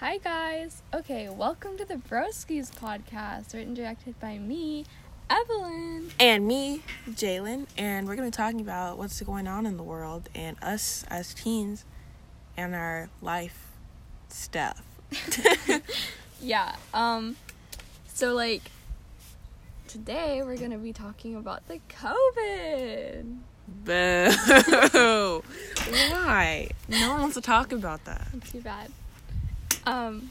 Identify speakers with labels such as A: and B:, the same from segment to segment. A: Hi, guys. Okay, welcome to the Broskies podcast, written and directed by me, Evelyn.
B: And me, Jalen, and we're going to be talking about what's going on in the world and us as teens and our life stuff.
A: Yeah. Um. So like, today we're gonna be talking about the COVID.
B: Boo! Why? No one wants to talk about that.
A: Too bad. Um.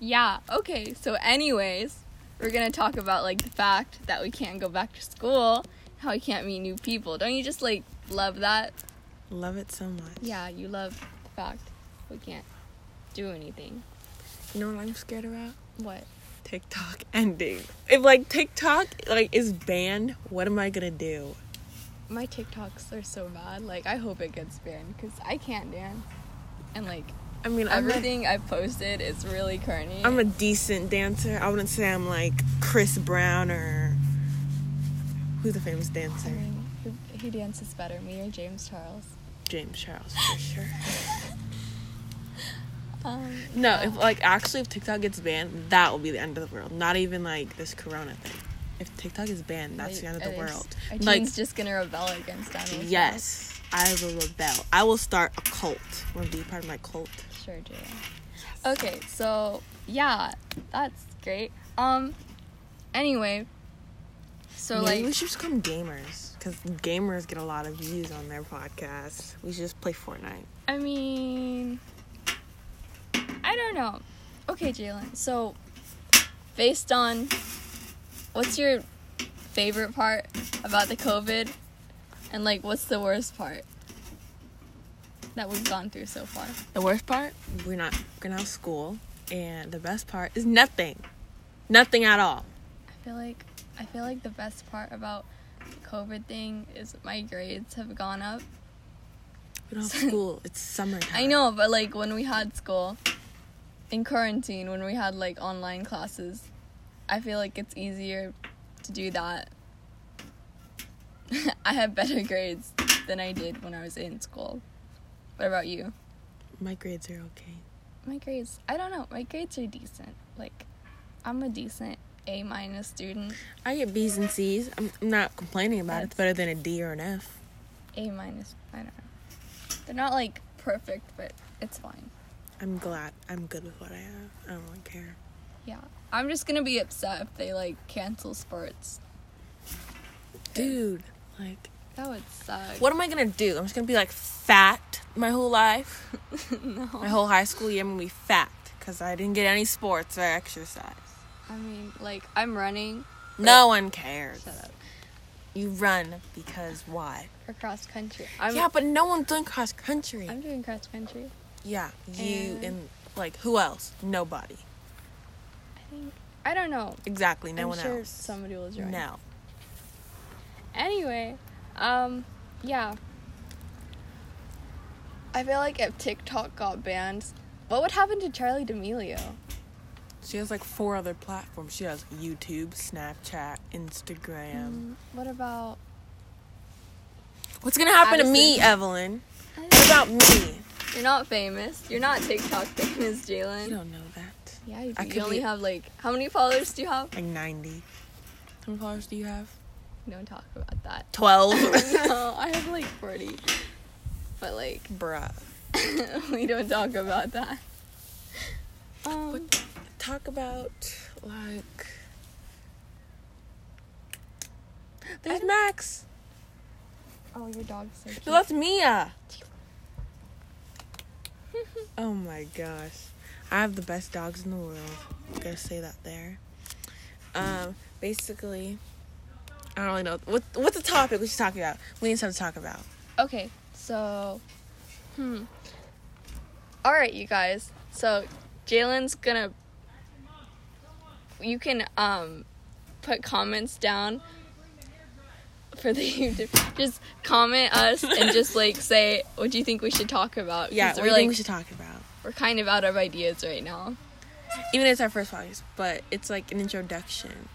A: Yeah. Okay. So, anyways, we're gonna talk about like the fact that we can't go back to school, how we can't meet new people. Don't you just like love that?
B: Love it so much.
A: Yeah, you love the fact we can't do anything.
B: You know what I'm scared about?
A: What?
B: TikTok ending. If like TikTok like is banned, what am I gonna do?
A: my TikToks are so bad. Like, I hope it gets banned because I can't dance. And like
B: I mean, I'm a-
A: everything I've posted is really corny.
B: I'm a decent dancer. I wouldn't say I'm like Chris Brown or who's the famous
A: I
B: dancer?
A: mean, who, who dances better, me or James Charles?
B: James Charles for sure.
A: Um,
B: No, if like actually if TikTok gets banned, that will be the end of the world. Not even like this corona thing. If TikTok is banned, that's the
A: like,
B: end of the
A: are they-
B: world.
A: Are teens
B: Like
A: just gonna rebel against Donald?
B: yes, I will rebel. I will start a cult. Want to be part of my cult?
A: Trump? Sure, do. Okay, so yeah, that's great. Um, anyway, so
B: Maybe we
A: like,
B: should become gamers because gamers get a lot of views on their podcasts. We should just play Fortnite.
A: I mean, I don't know. Okay, Jalen. So, based on what's your favorite part about the COVID, and like what's the worst part that we've gone through so far?
B: The worst part, we're not we're not school, and the best part is nothing, nothing at all.
A: I feel like I feel like the best part about the COVID thing is my grades have gone up.
B: We don't have school. It's summertime.
A: I know, but like when we had school in quarantine, when we had like online classes, I feel like it's easier to do that. I had better grades than I did when I was in school. What about you?
B: My grades are okay.
A: My grades, I don't know. My grades are decent. Like, I'm a decent A minus student.
B: I get B's and C's. I'm, I'm not complaining about it. It's better
A: That's-
B: than a D or an F.
A: A minus, I don't know. They're not like perfect, but it's fine.
B: I'm glad. I'm good with what I have. I don't really care.
A: Yeah. I'm just gonna be upset if they like cancel sports.
B: Dude, like,
A: That would suck.
B: what am I gonna do? I'm just gonna be like fat my whole life.
A: no.
B: My whole high school year, I'm gonna be fat because I didn't get any sports or exercise.
A: I mean, like, I'm running.
B: No one cares.
A: Shut up.
B: You run because why?
A: For cross country. I'm,
B: yeah, but no one's doing cross country.
A: I'm doing cross country.
B: yeah, you
A: And-
B: and, like who else? Nobody.
A: I think. I don't know.
B: Exactly, no
A: I'm
B: one
A: sure
B: else.
A: somebody will join.
B: no.
A: Anyway, um, yeah. I feel like if TikTok got banned, what would happen to Charlie D'Amelio?
B: She has like four other platforms. She has YouTube, Snapchat, Instagram.
A: Mm, What about.
B: What's gonna happen to me,
A: Addison.
B: Evelyn? What about me?
A: You're not famous. You're not TikTok famous,
B: You
A: Jalen.
B: don't know that.
A: Yeah, you, do.
B: I
A: You
B: could
A: only
B: be-
A: have like. How many followers do you have?
B: Like 90. How many followers do you have?
A: Don't talk about that.
B: 12.
A: no, I have like 40. But like.
B: Bruh.
A: we don't talk about that. Um,
B: Talk about, like.
A: I
B: There's
A: don't-
B: Max.
A: oh, your dog's so cute.
B: No, that's Mia. Oh my gosh. I have the best dogs in the world. I'm gonna say that there. Um, basically, I don't really know. What, what's the topic we should talk about? We need something to talk about.
A: okay, so, hmm. All right, you guys. So, Jalen's gonna. You can um, put comments down for the YouTube. Just comment us and just like say what do you think we should talk about? 'Cause
B: Yeah, what do
A: we're
B: you
A: like
B: think we should talk about?
A: we're kind of out of ideas right now.
B: Even though it's our first podcast, but it's like an introduction.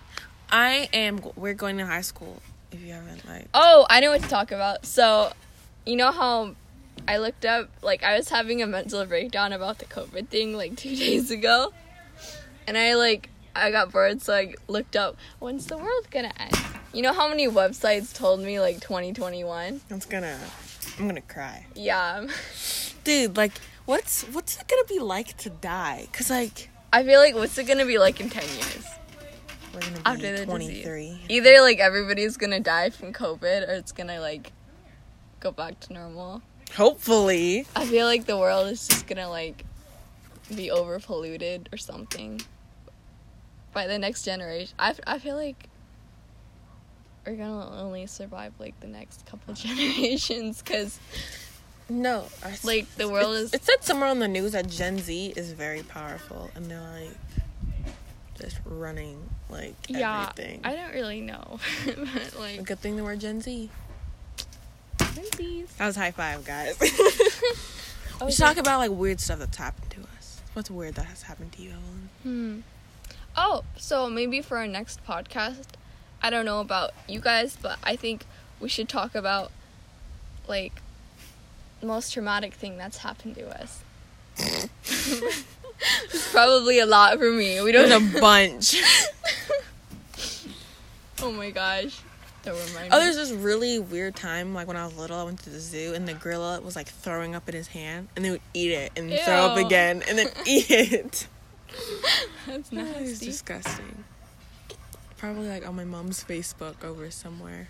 B: I am. We're going to high school. If you haven't like,
A: Oh, I know what to talk about. So, you know how I looked up like I was having a mental breakdown about the COVID thing like two days ago, and I like I got bored, so I looked up when's the world gonna end. You know how many websites told me like 2021?
B: It's gonna. I'm gonna cry.
A: Yeah,
B: Dude, like, what's what's it gonna be like to die? Cause like
A: I feel like what's it gonna be like in 10 years?
B: we're gonna be
A: After the
B: 23.
A: disease. Either like everybody's gonna die from COVID, or it's gonna like go back to normal.
B: Hopefully,
A: I feel like the world is just gonna like be over polluted or something by the next generation. I, f- I feel like we're gonna only survive like the next couple generations because
B: no. I s-
A: like the world
B: it,
A: is
B: It said somewhere on the news that Gen Z is very powerful, and they're like just running like
A: yeah.
B: everything.
A: I don't really know, but
B: A
A: like
B: good thing that we're Gen Z.
A: Wendy's.
B: That was high five, guys. We
A: Okay.
B: should talk about like weird stuff that's happened to us. What's weird that has happened to you, Evelyn?
A: Hmm. Oh, so maybe for our next podcast, I don't know about you guys, but I think we should talk about like most traumatic thing that's happened to us. it's probably a lot for me. We don't
B: There's
A: know.
B: a bunch.
A: Oh my gosh. That reminded
B: Oh, there's this really weird time, like when I was little, I went to the zoo and the gorilla was like throwing up in his hand and they would eat it and throw up
A: Ew.
B: again and then eat it.
A: That's
B: It was
A: nasty.
B: disgusting. Probably like on my mom's Facebook over somewhere.